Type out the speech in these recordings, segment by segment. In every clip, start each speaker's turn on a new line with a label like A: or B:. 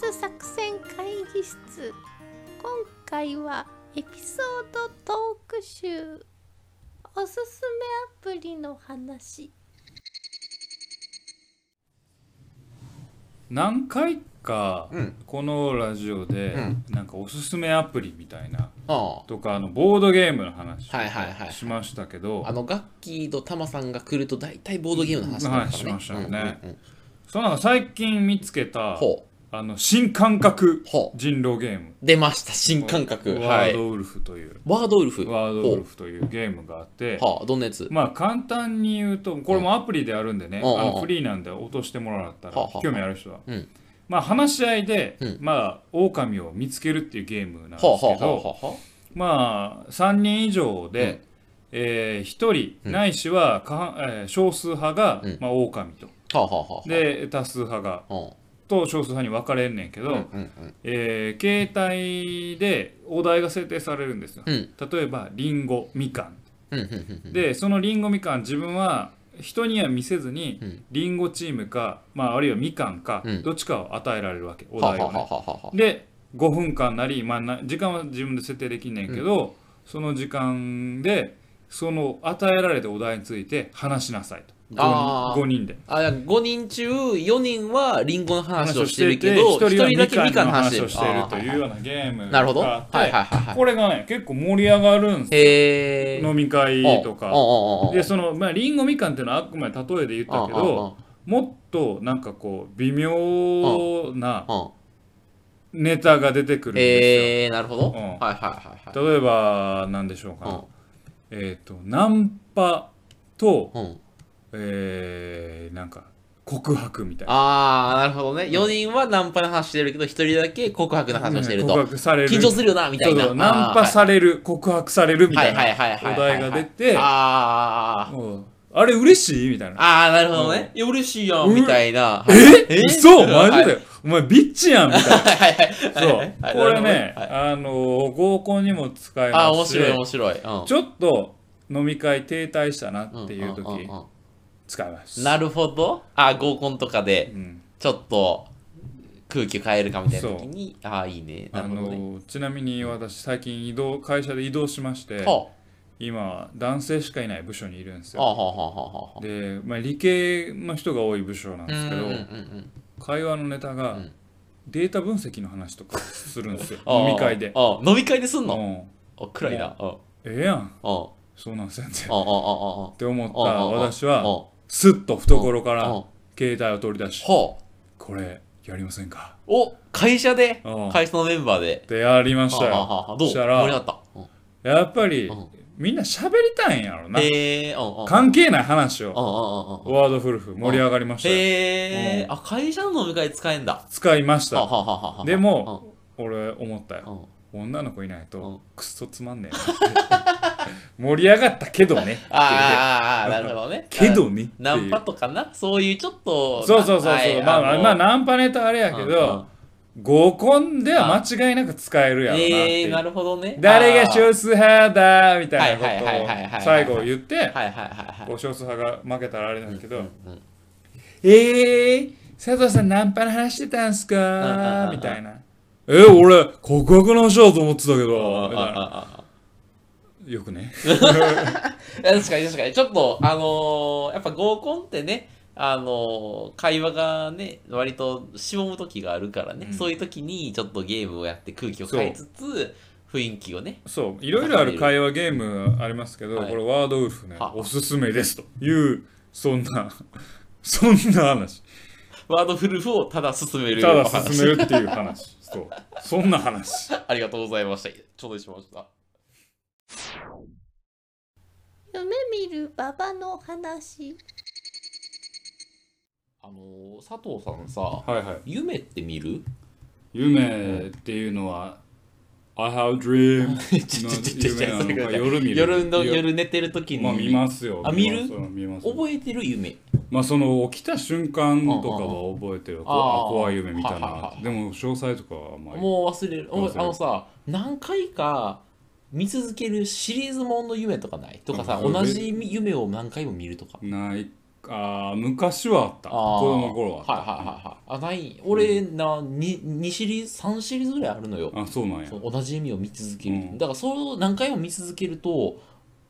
A: 末作戦会議室今回はエピソードトーク集おすすめアプリの話
B: 何回か
C: うん
B: このラジオで
C: うん
B: なんかおすすめアプリみたいな
C: あ
B: とかあのボードゲームの話
C: はいはいはい
B: しましたけど、
C: ああのガッキーとタマさんが来ると大体ボードゲームの話になるから
B: は
C: ね、
B: いしましたよね
C: うんうんうん
B: その中最近見つけた
C: ほう
B: あの新感覚
C: ほう
B: 人狼ゲーム
C: 出ました新感覚
B: ワ
C: は
B: ー
C: い
B: ドウルフという、
C: ワードウルフ
B: ワードウルフというゲームがあって
C: ほうはあどんなやつ、
B: まあ簡単に言うとこれもアプリでやるんでね、
C: うん
B: あ
C: うんう
B: の
C: ん
B: フリーなんで落としてもらったら、
C: はあはあ
B: 興味ある人は、
C: うん
B: まあ話し合いで、
C: うん
B: まあ狼を見つけるっていうゲームなんですけ
C: ほ
B: ど、
C: うほうほうほうほ
B: まあ3人以上で、
C: うん
B: え1人
C: うん
B: ないしは過半、えー少数派が、
C: うん
B: まあ、狼と
C: うほうほうほう
B: で多数派が
C: ほ
B: と少数派に分かれんねんけど、
C: ううんうんうん
B: えー携帯でお題が設定されるんですよ、
C: うん
B: 例えばリンゴみかん
C: うんうんうんうん
B: でそのリンゴみかん自分は人には見せずに、
C: うん
B: リンゴチームか、まあ、あるいはみかんか、
C: うん
B: どっちかを与えられるわけお
C: はあ
B: 題
C: はあ
B: を、
C: は
B: ね、
C: あはあはあ
B: で5分間なり、まあ、な時間は自分で設定できんねんけど、その時間でその与えられたお題について話しなさいと
C: あ
B: 5,
C: ー
B: 人で
C: あ5人中4人はリンゴの話
B: 話
C: を
B: を
C: し
B: してて
C: る
B: る
C: け
B: け
C: ど
B: ど
C: 1
B: 一
C: 人
B: 人
C: だ
B: だ
C: け
B: け
C: み
B: みか
C: かん
B: ん
C: の
B: の
C: 話
B: 話をしているというようなゲーム
C: なるほど
B: があって
C: はいはいはいはい
B: これがね結構盛り上がるんですよ
C: へえ
B: 飲み会とかで
C: で
B: そのまあリンゴみかんっていうのはあくまで例えで言ったけどもっとなんかこう微妙なネタが出てくるんで
C: えー、なるほ
B: う
C: ど、
B: ん
C: はいはいはい
B: すよ例えば何でしょうか
C: は
B: なえっとナンパと
C: い、うんうん、
B: えーなんか告白みたいな
C: あーなるほどね4人はナンパの話してるけど1人だけ告白の話をしてると、
B: 告白される
C: 緊張するよなみたい
B: そう
C: な
B: そうナンパされる告白されるみ
C: は
B: た
C: い
B: いな
C: はいはいはい
B: お
C: はい
B: 題
C: はい
B: が出て
C: あー
B: うんあれ嬉しいみたいな
C: あーなるほどね、いや嬉しいやん
B: うん
C: みたいな、
B: え嘘マジ
C: は
B: で、
C: い
B: お前ビッチやんみたいな
C: はいはいはい
B: そう、
C: はい
B: これね、
C: はい
B: あの合コンにも使え
C: あー
B: ま
C: 面
B: すし
C: 白い面白い、うん、
B: ちょっと飲み会停滞したなっていう
C: うんうん
B: 時
C: うんうん
B: 使います、
C: なるほどあー合コンとか
B: う
C: で
B: ん
C: ちょっと空気変えるかみたいな時にああーいいねな
B: あ
C: るほどね
B: のちなみに私最近移動会社で移動しまして
C: は
B: 今男性しかいない部署にいるんです
C: あは
B: よ
C: あはあはあはあ
B: で、まあ、理系の人が多い部署なんですけど、
C: うんうんうん
B: 会話のネタが、
C: うん
B: データ分析の話とかするんですよ
C: うん
B: 飲み会で。
C: あ飲み会ですん
B: う
C: の
B: ん
C: あ暗いな。うんうん
B: ええやん
C: うんうん
B: そうなん全然。っ
C: うん
B: て思った
C: うんうんうん
B: 私
C: うん
B: はすっと懐か
C: うんうん
B: ら携帯を取り出し
C: ほう
B: これやりませんか
C: お会社で
B: うん
C: 会社のメンバーで
B: ってやりました
C: はあはあはあ
B: よ。
C: どう
B: した
C: 盛り上が
B: ら
C: ったうん
B: やっぱり
C: うん
B: みんな喋りたいんやろな。
C: へえうんうん
B: 関係ない話
C: うん
B: を
C: うんうんうん
B: ワードフルフ盛り上がりましたよ。
C: へえ
B: う
C: あ会社の飲み会使えんだ
B: 使いまし
C: はあ
B: た。
C: はあはあはあ
B: でも俺思った
C: うん
B: よ。
C: うん
B: 女の子いないうと
C: ん
B: くっそつまんねえな 盛り上がったけどね。
C: あーあーあーなるほどね
B: けどねって
C: ナン
B: いう
C: パ。とかなそういうちょっと
B: そうそうそうそう、
C: はい
B: まあ
C: の
B: まあナンパネタあれやけど、合コンでは間違いなく使える
C: うん
B: やろなって
C: え
B: い
C: え
B: う、
C: なるほどね
B: 誰が
C: あ
B: 少数派だみたいな
C: はいはいはいはい
B: こと
C: はい
B: を最後言って、
C: ーはいはいはい
B: こ
C: はいう
B: 少数派が負けたらあれなんだけど、
C: うんうん
B: えー、佐藤さんナンパの話してたんす
C: うんうんうん
B: か
C: うん
B: みたいな。え、俺、告白の話だと思ってたけど、みたいな
C: あ
B: よく ね。
C: あ確かに確かにちょっとあのーやっぱ合コンってねあのー会話がね割としぼむ時があるからね、
B: うん
C: そういう時にちょっとゲームをやって空気を変えつつ雰囲気をね
B: そう、いろいろある会話ゲームありますけど、
C: はい
B: これワードウルフね、
C: は
B: おすすめですという、そんな、 そんな話。
C: ワードフルフをただ進める
B: ただ
C: お話
B: 進めるっていう話。そう。そんな話。
C: ありがとうございました頂戴しました
A: 夢見るババの話
C: あのー佐藤さんさ
B: はいはい。
C: 夢って見る
B: 夢っていうのは、I have dream
C: ちょちょちょちょ
B: の夢なのか夜見る。
C: 夜の
B: よ
C: 夜寝てる時に、
B: まあ見ますよ。
C: あ見る
B: ますよ見ますよ
C: 覚えてる夢
B: まあその起きた瞬間とかは覚えてるわ。こ
C: ああ
B: あ怖い夢みたい
C: はいはい
B: な
C: は。い
B: でも詳細とかはあんまり。
C: もう忘れるお
B: 忘れる
C: あのさ何回か見続けるシリーズものの夢とかないとかさ
B: うん
C: 同じ夢を何回も見るとか
B: ないあー昔はあった子
C: あー
B: 供の頃はあっ
C: はいはいはいはいあない俺な 2, 二シリーズ3シリーズぐらいあるのよ
B: た、あそうなんや
C: その同じ意味を見続ける、
B: うん
C: だからそれを何回も見続けると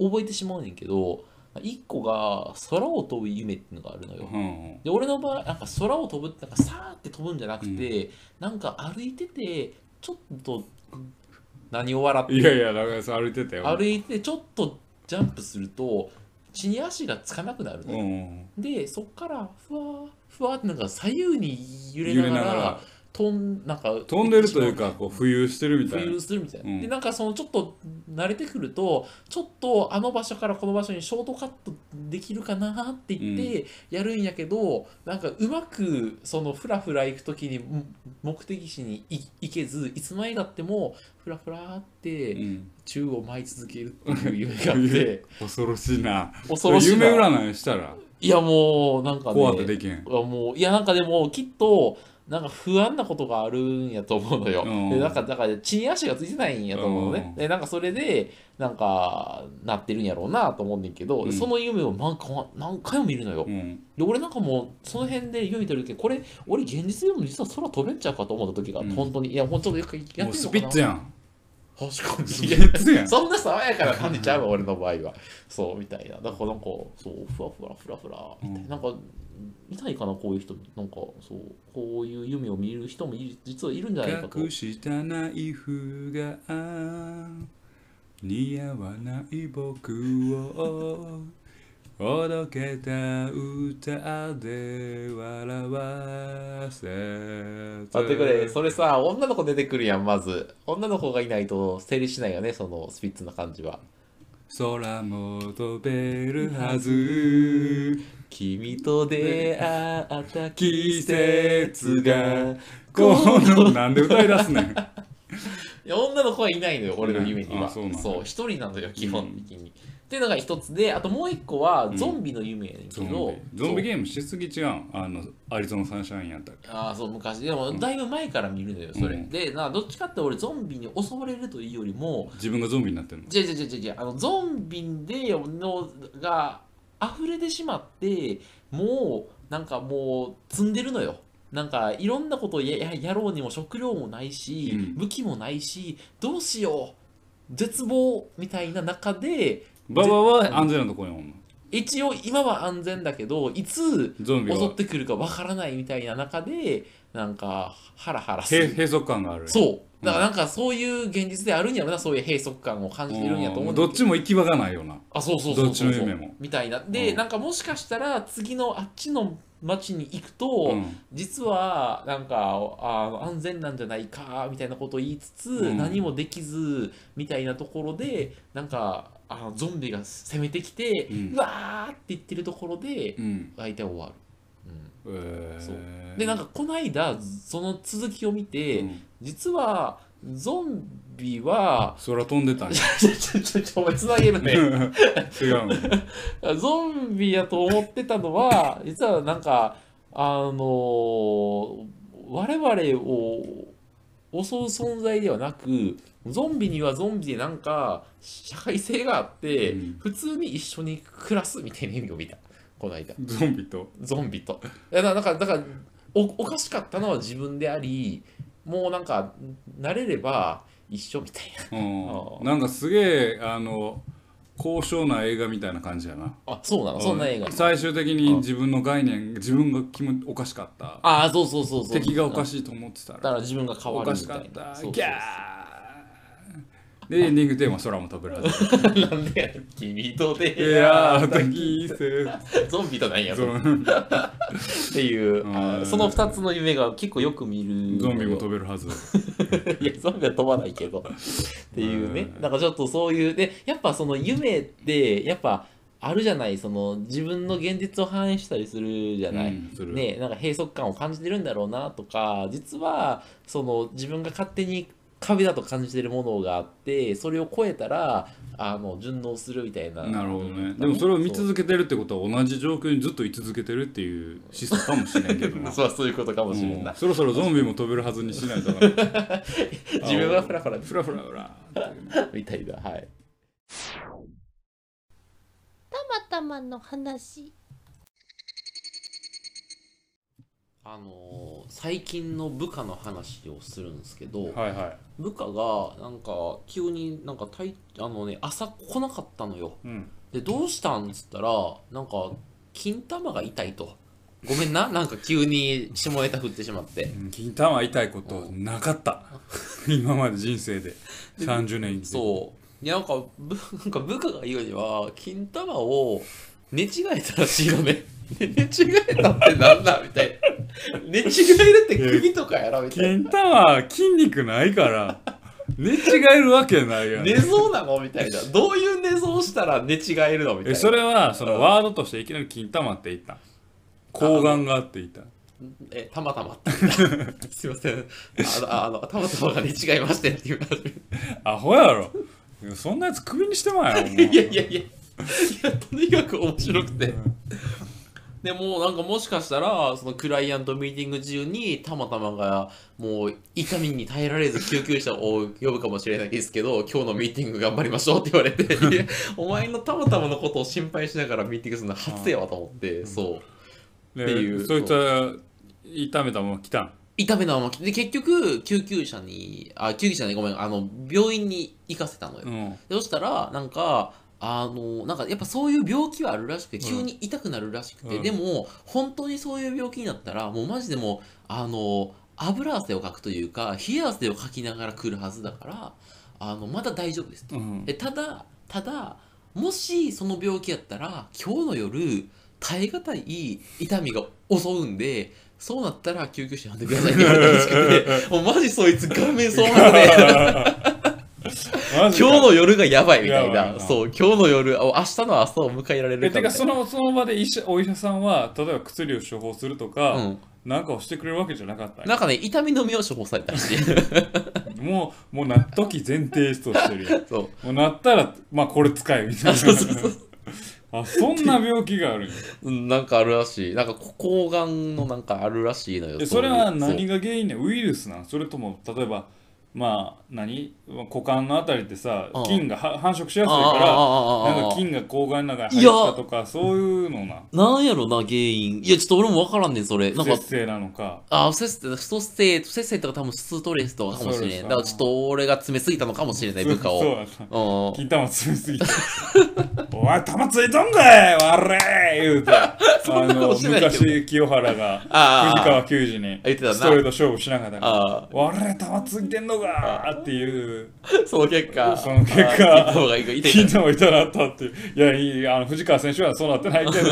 C: 覚えてしまうねんけど1個が空を飛ぶ夢っていうのがあるのよ、
B: うんうん
C: で俺の場合なんか空を飛ぶってなんかさーって飛ぶんじゃなくて、なんか歩いててちょっと何を笑って
B: いやいやだからさ歩いてたよ
C: 歩いてちょっとジャンプすると地に足がつかなくなるの
B: う
C: よ、
B: ん
C: でそっからふわーふわーってなんか左右に揺れながら
B: 揺れながら
C: 飛んなんか
B: 飛んでるというかこう浮遊してるみたい
C: 浮
B: な
C: 遊するみたいな、
B: うん
C: でなんかそのちょっと慣れてくるとちょっとあの場所からこの場所にショートカットできるかなって言ってやるんやけど、なんかうまくそのフラフラ行く時にも目的地にい行けずいつまでだってもフラフラーっ
B: う
C: て
B: ん
C: 宙を舞い続けるっていう 夢があって
B: 恐ろしいな
C: 恐ろしいな
B: 夢占いしたら
C: いやもうなんか
B: 怖くて
C: ね
B: できへん
C: いやもういやなんかでもきっとなんか不安なことがあるんやと思うのよ。
B: うん
C: でなんかだから血に足がついてないんやと思うのね。
B: う
C: でなんかそれでなんかなってるんやろうなと思うねんけど、
B: うん
C: その夢を何回も何回も見るのよ。
B: うん
C: で俺なんかもうその辺で夢見てるけどこれ俺現実でも実は空飛べんちゃうかと思った時が、
B: うん
C: 本当にいやもうちょっと一回や
B: も
C: っ
B: う
C: てみ
B: ス
C: よ
B: ピ
C: うか
B: ッ
C: な。
B: ツやん
C: 確かに。
B: スピッツやん
C: そんな爽やかな感じちゃうわ、俺の場合は。そう、みたいな。だからなんか、そう、ふわふわ、ふらふら、みたいな。なんか、いないかな、こういう人。なんか、そう、こういう夢を見る人もいる実はいるんじゃないかと。
B: 隠したナイフが似合わない僕をおどけた歌で笑わせ
C: 待ってくれ、それさ、女の子出てくるやん、まず。女の子がいないと成立しないよね、そのスピッツな感じは。
B: 空も飛べるはず
C: 君と出会った
B: 季
C: 季節
B: 節
C: が
B: が。このなんで歌い出すねん
C: いや女の子はいないのよ、俺の夢には。
B: あそうなんだ
C: そう、一人なのよ、基本的に。っていうのが一つで、あともう一個は、ゾンビの夢やねんけ
B: ゾンビ
C: ど、
B: ゾンビ
C: そう
B: ゲームしすぎ違うんあのアリゾナサンシャインやったっけ
C: ああ、そう、昔。でも、だいぶ前から見るのよ、それ。
B: うん
C: で、などっちかって俺、ゾンビに襲われるというよりも、
B: 自分がゾンビになってるの
C: じゃじゃじゃじゃじゃあの、ゾンビで、の、が、溢れてしまって、もう、なんかもう、積んでるのよ。なんかいろんなことをやややろうにも食料もないし、
B: うん
C: 武器もないしどうしよう絶望みたいな中で
B: ババは安全なとこにおんの
C: 一応今は安全だけどいつ
B: ゾンビ
C: 襲
B: は
C: ってくるかわからないみたいな中でなんかハラハラす
B: へ
C: る
B: 閉塞感がある
C: そうだからなんかそういう現実であるんやろなそういう閉塞感を感じてるんやと思
B: うん
C: う
B: ん
C: だけど
B: どっちも行き場がないよな
C: あそうそうそうそう
B: どっちの夢も
C: みたいな
B: う
C: で、
B: ん
C: なんかもしかしたら次のあっちの町に行くと、
B: うん
C: 実はなんかあの安全なんじゃないかみたいなことを言いつつ、
B: うん
C: 何もできずみたいなところでなんかあのゾンビが攻めてきて、う
B: うん
C: わーって言ってるところで
B: うん
C: 相手は終わる。うん
B: え
C: そう
B: ー
C: でなんかこの間その続きを見て、
B: うん
C: 実はゾンビは
B: 空飛んでたんや
C: ちょちょちょちょお前つなげるね
B: 違うの
C: ゾンビやと思ってたのは、実はなんか、あのー我々を襲う存在ではなく、ゾンビにはゾンビでなんか社会性があって、
B: うん
C: 普通に一緒に暮らすみたいな意味を見た、この間。
B: ゾンビと
C: ゾンビと。いやだだからだからお、おかしかったのは自分であり、もうなんか、慣れれば一緒みたいな。
B: うんなんかすげえあの高尚な映画みたいな感じやな
C: あ、そうなの、そんな映画
B: う。最終的に自分の概念自分が気もおかしかった
C: ああ、そうそうそうそう。
B: 敵がおか
C: しい。
B: しいと思ってたら
C: だから自分が変
B: お
C: わる
B: か
C: み
B: しか
C: た
B: っ
C: いな。
B: た
C: そうそうそう
B: ギャーでエンディングテーマ空も飛べるは ず
C: なんでやねん君と
B: い
C: 出
B: や
C: 会っ
B: ー
C: た
B: 敵せ
C: ゾンビとなんや
B: ゾ
C: ろ
B: ン
C: っていう
B: うん
C: あーその2つの夢が結構よく見る
B: ゾンビも飛べるはず
C: いやゾンビは飛ばないけどっていうね
B: うん
C: なんかちょっとそういうでやっぱその夢ってやっぱあるじゃないその自分の現実を反映したりするじゃない、
B: うんする
C: ねなんか閉塞感を感じてるんだろうなとか実はその自分が勝手に壁だと感じてるものがあってそれを超えたらあの順応するみたいな
B: なるほどねでもそれを見続けてるってことは同じ状況にずっと居続けてるっていう思想かもしれんけどな
C: そうそういうことかもしれんな
B: うんそろそろゾンビも飛べるはずにしないとなフ
C: 自分はフラフラ
B: ラフラフラっていう
C: みたいなはい
A: たまたまの話
C: あのー最近の部下の話をするんですけど、
B: はいはい
C: 部下がなんか急になんかたいあのね朝来なかったのよ
B: うん
C: でどうしたんっつったらなんか金玉が痛いとごめんな なんか急に下ネタ振ってしまって
B: 銀玉痛いことなかった 今まで人生で30年生きて
C: そういやなんかぶなんか部下 が言うには金玉を寝違えたらしいのね 寝違えたってなんだみたいな寝違えるって首とかやらみたい
B: 金
C: な
B: 玉は筋肉ないから寝違えるわけないやん
C: 寝相なのみた いなどういう寝相したら寝違えるのみたい
B: え
C: な
B: それはそのワードとしていきなり金玉って言った睾丸があって言った
C: えたまたまって 言ったすいませんああのたまたまが寝違いましてっていう話
B: アホやろそんなやつクビにしてまえよお前
C: いやいやいやいやとにかく面白くてでもうなんかもしかしたらそのクライアントミーティング中にたまたまがもう痛みに耐えられず救急車を呼ぶかもしれないですけど今日のミーティング頑張りましょうって言われ ていやお前のたまたまのことを心配しながらミーティングするのは初やわと思ってそう
B: で
C: っていう
B: そいつは痛めたもん来たん
C: 痛めなまま来てで結局救急車にあ救急車ねごめんあの病院に行かせたのよ
B: うん
C: でそしたらなんかあのなんかやっぱそういう病気はあるらしくて急に痛くなるらしくて、
B: うん
C: でも本当にそういう病気になったらもうマジでもうあの油汗をかくというか冷や汗をかきながら来るはずだからあのまだ大丈夫ですと、
B: うん
C: でただただもしその病気やったら今日の夜耐え難い痛みが襲うんでそうなったら救急車呼んでくだ さいって言われたらしくてもうマジそいつ顔面蒼白で。
B: マジか
C: 今日の夜がやばいみた
B: や
C: い
B: ばい
C: な。
B: な
C: そう、今日の夜、あ明日の朝を迎えられ
B: え
C: るか
B: て
C: みた
B: か
C: いな
B: そのその場で医者お医者さんは例えば薬を処方するとか、
C: うん。
B: なんかをしてくれるわけじゃなかったん
C: な
B: や
C: んかね、痛みのみを処方された らしい。
B: もうもうなっとき前提としてるやん
C: そう。
B: もうなったらまあこれ使えみたいな
C: そうそうそう
B: あそんな病気がある んや
C: うんなんかあるらしい。なんか、こ抗がんのなんかあるらしいのよ。
B: え
C: う
B: そ
C: い
B: れ
C: う
B: は何が原因ねウイルスなんそれとも例えばまあ何股間のあたりってさ
C: うん
B: 菌がは繁殖し
C: そ
B: やすい
C: うあ
B: か
C: ああああ
B: ら
C: ああ
B: なんか菌が睾丸の中に入ったとかそういうのな
C: なんやろな、原因。いや、ちょっと俺もわからんねん、それ。なんか
B: 節、制なのか
C: あ、せっせ、そして、せっせとか多分ストレスとかかもしれ
B: そうで
C: ん。
B: す
C: だからちょっと俺が詰めすぎたのかもしれない、部下
B: そう
C: を。
B: やな
C: うん。
B: 金玉詰めすぎて お前玉ついとんかい悪い言うてあ
C: そんなこと
B: の
C: しないけど
B: 昔清原が
C: あ
B: 藤
C: あ
B: 川球児に
C: 言ってたな
B: ストレート勝負しなかったから
C: ああ。
B: 悪い玉ついてんのかーっていう
C: その結果。
B: その結果
C: ああ金玉が痛い痛い
B: 金玉痛なったっていういやいいあの藤川選手はそうなってないけ ど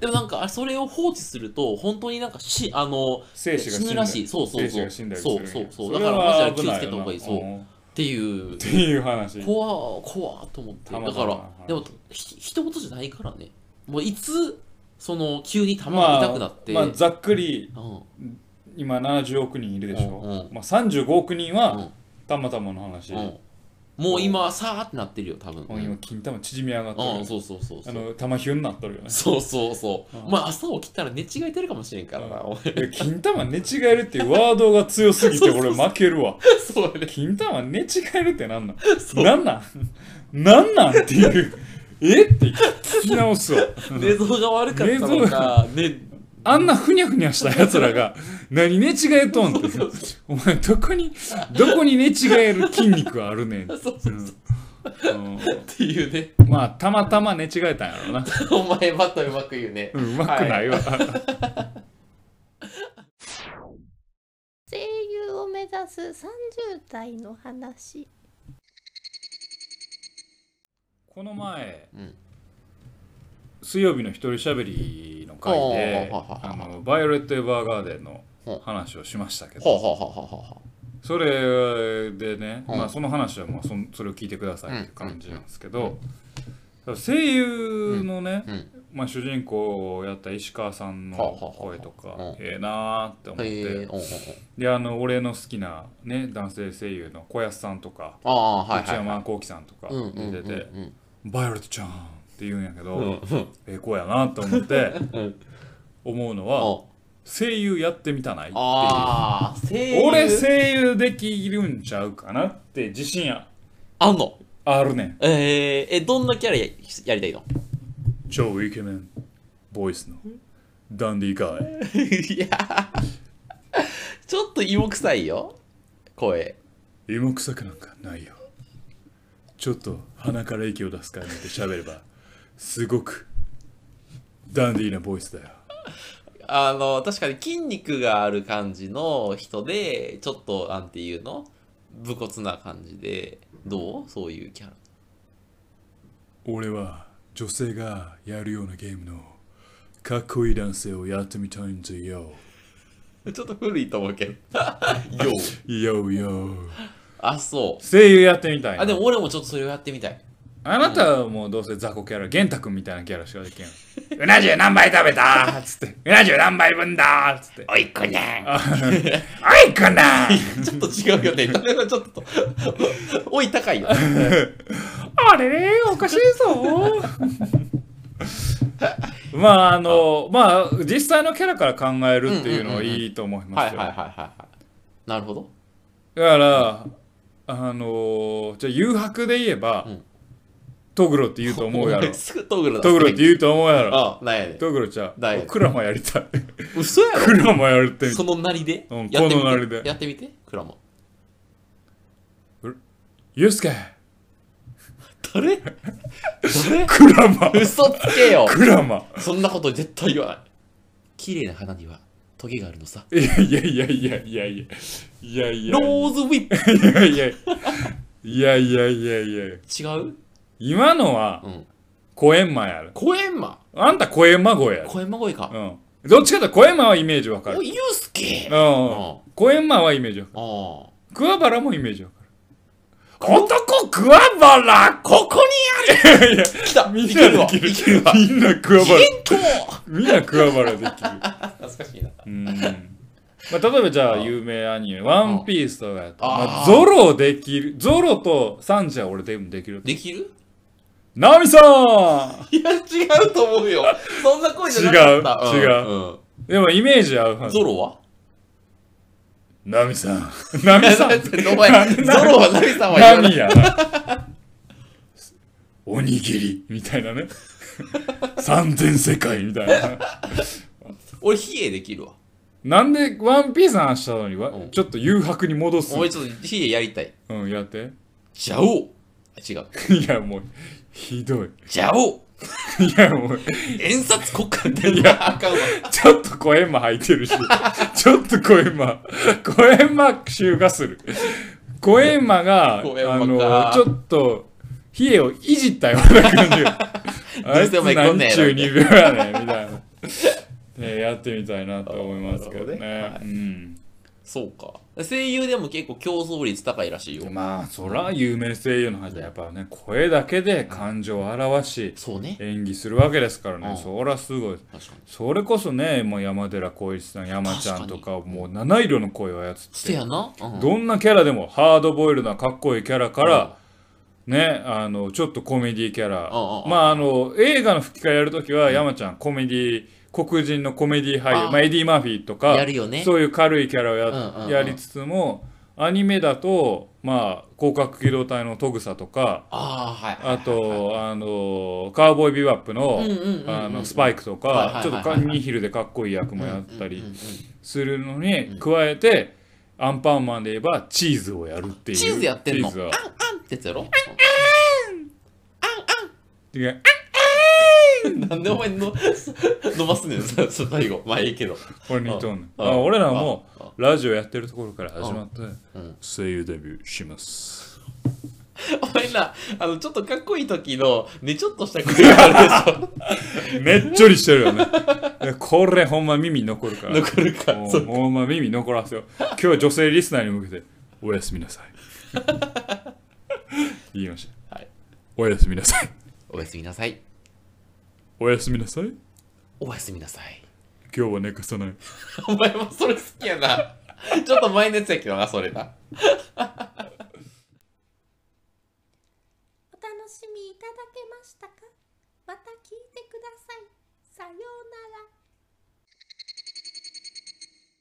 C: でもなんかあそれを放置すると本当になんかしあの
B: 生死が
C: 死
B: 死
C: ぬ
B: ん
C: ら
B: だ
C: しい
B: り
C: そうそうそう
B: 生死が死んだりするんや
C: そうそうそう
B: れは
C: だからマジで気をつけた方がいいそ
B: 危
C: う
B: ななうんっ
C: っていう
B: ていう話
C: 怖怖と思って
B: たま
C: だ
B: たま
C: から
B: 話
C: でもひ一言じゃないからねもういつその急に玉が痛くなって、
B: まあ、ざっくり
C: うん
B: 今70億人いるでしょ、
C: うんうん
B: まあ、35億人
C: う
B: は
C: ん
B: たまたまの話、
C: うんもう今さーってなってるよ多分
B: もう今金玉縮み上がってる、
C: うんそうそうそうそ
B: あ
C: う
B: の玉ひゅんなっとるよね
C: そうそうそう、
B: うん
C: まあ朝起きたら寝違えてるかもしれんからな、
B: う
C: 俺
B: いや金玉寝違えるっていうワードが強すぎて俺負けるわ
C: そうやね
B: 金玉寝違えるってなんなん
C: そう
B: なんなんなんなんっていうえって聞き直 すわ
C: 寝相が悪かったのか、ね、
B: あんなふにゃふにゃしたやつらが何寝違えとんって
C: そう
B: お前どこにどこに寝違える筋肉あるねんって
C: そうそう
B: うん
C: っていうね
B: まあたまたま寝違えたんやろうな
C: お前またうまく言うね
B: うまくないわ、
A: 声優を目指す30代の話
B: この前
C: うん
B: 水曜日の一人喋りの回で
C: おーははは
B: あのバイオレット・エヴァーガーデンの話をしましたけ
C: ほう
B: ど
C: ほうほうほうほうほ
B: それでね、
C: うん
B: まあ、その話はまあそんそれを聞いてくださいっていう感じなんですけど、声優のね、
C: ううん
B: まあ、主人公をやった石川さん
C: はあはあは
B: の
C: あ
B: 声とか、
C: うん
B: ええなーって思っ
C: へ
B: て、
C: えおうおうおう
B: であの俺の好きな、ね、男性声優の小安さんとか、
C: ああはい
B: 内
C: はいはい
B: 山幸輝さんとか
C: うんうんうん
B: 出てて、
C: うん
B: バイオレットちゃん」って言うんやけど、
C: うんうん
B: ええ声やなと思って
C: うん
B: 思うの
C: お
B: は
C: う
B: 声優やってみたないっていう
C: ああ声優
B: 俺声優できるんちゃうかなって自信や
C: あんの
B: あるねん
C: えー、えどんなキャラややりたいの
B: 超イケメンボイスのダンディかい。
C: いやちょっと芋臭いよ声
B: 芋臭くなんかないよ。ちょっと鼻から息を出す感じで喋れば、すごくダンディーなボイスだよ。
C: あの確かに筋肉がある感じの人でちょっとなんていうの武骨な感じでどうそういうキャラ
B: 俺は女性がやるようなゲームのかっこいい男性をやってみたいんだよ。
C: ちょっと古いと思 うけどよ
B: よ
C: う
B: よ。
C: あそう
B: 声優やってみたいな。
C: あでも俺もちょっとそれをやってみたい
B: あなたはもうどうせ雑魚キャラ、玄太くんみたいなキャラしかできん。うな重何杯食べたーっつって。うな重何杯分だーっつって。
C: おいっこにゃん
B: あおいこなー
C: ちょっと違うよね。それはちょっと おい高いよ
B: あれれおかしいぞーまああのまあ実際のキャラから考えるっていうのはいいと思い
C: は
B: ま
C: いは
B: す
C: い
B: よ、
C: はいはいはい。なるほど。
B: だからあのじゃあ誘惑で言えば、
C: ん
B: トグロって言うと思うやろ
C: お前すぐトグロだ。
B: トグロって言うと思うやろ
C: あ、なんやね
B: トグロちゃん
C: ない
B: クラマやりたい
C: ん。嘘や
B: クラマやりたい
C: ろそのなりで
B: うん
C: やって
B: このなり
C: み
B: で
C: て。やってみて。クラモン。
B: ユースケ
C: 誰誰
B: クラマ
C: 嘘つ けよ
B: クラマ
C: そんなこと絶対言わない。綺麗な花にはトゲがあるのさ。
B: いやいやいやいやいやいやいやいや
C: ローズウィップ
B: いやいやいやいやいやいやいや
C: 違う
B: 今のは
C: うん。
B: コエンマやろ
C: コエンマ
B: あんたコエンマ声やろ
C: コエンマ声か。
B: うんどっちかというとコエンマはイメージわかるう
C: お
B: ん
C: い、ユースケあ
B: コエンマはイメージわかる
C: あ。
B: 桑原もイメージわかる男桑原ここにあるいやいや
C: 来た
B: み
C: い
B: んな
C: ける
B: で
C: わ
B: きる
C: いけるわ
B: みんな桑原
C: と
B: みんな桑原できる
C: 懐かしいな。
B: うんまあ、例えばじゃあ有名アニメ「ワンピースとかやったら
C: あー
B: まあ、ゾロできるゾロとサンジは俺でもできる
C: できる
B: ナミさん
C: いや、違うと思うよ。そんな声じゃなかった。
B: 違う
C: うんうん
B: でもイメージ合うはず
C: ゾロは
B: ナミさ んナミさん
C: お前、ゾロはナミさんは言わな
B: ナ
C: い。
B: ミやな おにぎりみたいなね三千世界みたいな
C: 俺、比叡できるわ。
B: なんでワンピースの話したのにわ
C: うん
B: ちょっと誘白に戻す
C: お前、ちょっと比叡やりたい。
B: うんやって
C: ジャオ違う。
B: いやもうひどい
C: ジャ オ
B: いやもう
C: 演札国家っていや、あかんわ。
B: ちょっと声も入ってるし、 ちょっと声も、声も臭がする。声もが、あ
C: 声もか
B: の、ちょっと、冷えをいじったような感じが。あいつ
C: どうせお前こ
B: 何
C: んなんやろ
B: 中二病やねんみたいな。でやってみたいなと思いますけど
C: なる
B: ね
C: ほ。
B: うん
C: そうか。声優でも結構競争率高いらしいよ。
B: まあ、そら有名声優の話だ。やっぱね、声だけで感情を表し、
C: そうね。
B: 演技するわけですから
C: う
B: ね。
C: ん
B: そらすごい。
C: 確かに。
B: それこそね、もう山寺宏一さん、山ちゃんとか、もう七色の声を操っ
C: そ
B: て
C: や、な。うん
B: どんなキャラでもハードボイルドなかっこいいキャラから、ね、あのちょっとコメディキャラ、
C: うんうん
B: まああの映画の吹き替えやるときは山ちゃんコメディ黒人のコメディ俳優
C: あ
B: まあ、エディ・マーフィーとか
C: やるよね
B: そういう軽いキャラをや,、
C: うんうんうん
B: やりつつもアニメだと、まあ、広角機動隊のトグサとか
C: ああ、はいはいはい。
B: あと、あのカウボーイビバップの,、
C: うんうんうんうん
B: あのスパイクとか、
C: はいはいはいはい
B: ちょっとカンニヒルでかっこいい役もやったり、
C: うんうんうん
B: するのに加えて、アンパンマンで言えばチーズをやるっていう
C: チーズやってんの。ア
B: チ
C: ン
B: ーズ
C: ア
B: は
C: ンってやつやろ
B: 違う
C: なんでお前の 伸ばすねん、さ最後。まあいいけど。
B: これ似とんねん
C: ああ
B: あ俺らも
C: ああ
B: ラジオやってるところから始まって
C: ん
B: 声優デビューします
C: お前な、あの、ちょっとかっこいい時の、ね、ちょっとした声 があるでし
B: めっちょりしてるよ ねいやこれほんま耳に残るから
C: ょ。残るか。
B: も
C: そう
B: うほんま耳に残らせよう今日は女性リスナーに向けておやすみな さい言いました、
C: はい
B: おやすみなさい
C: おやすみなさい。
B: おやすみなさい
C: おやすみなさい。
B: 今日は寝かさない
C: お前もそれ好きやな。ちょっと前のやつやけどな、それ
A: お
C: な。
A: 楽しみいただけましたかまた聞いてください。さようなら。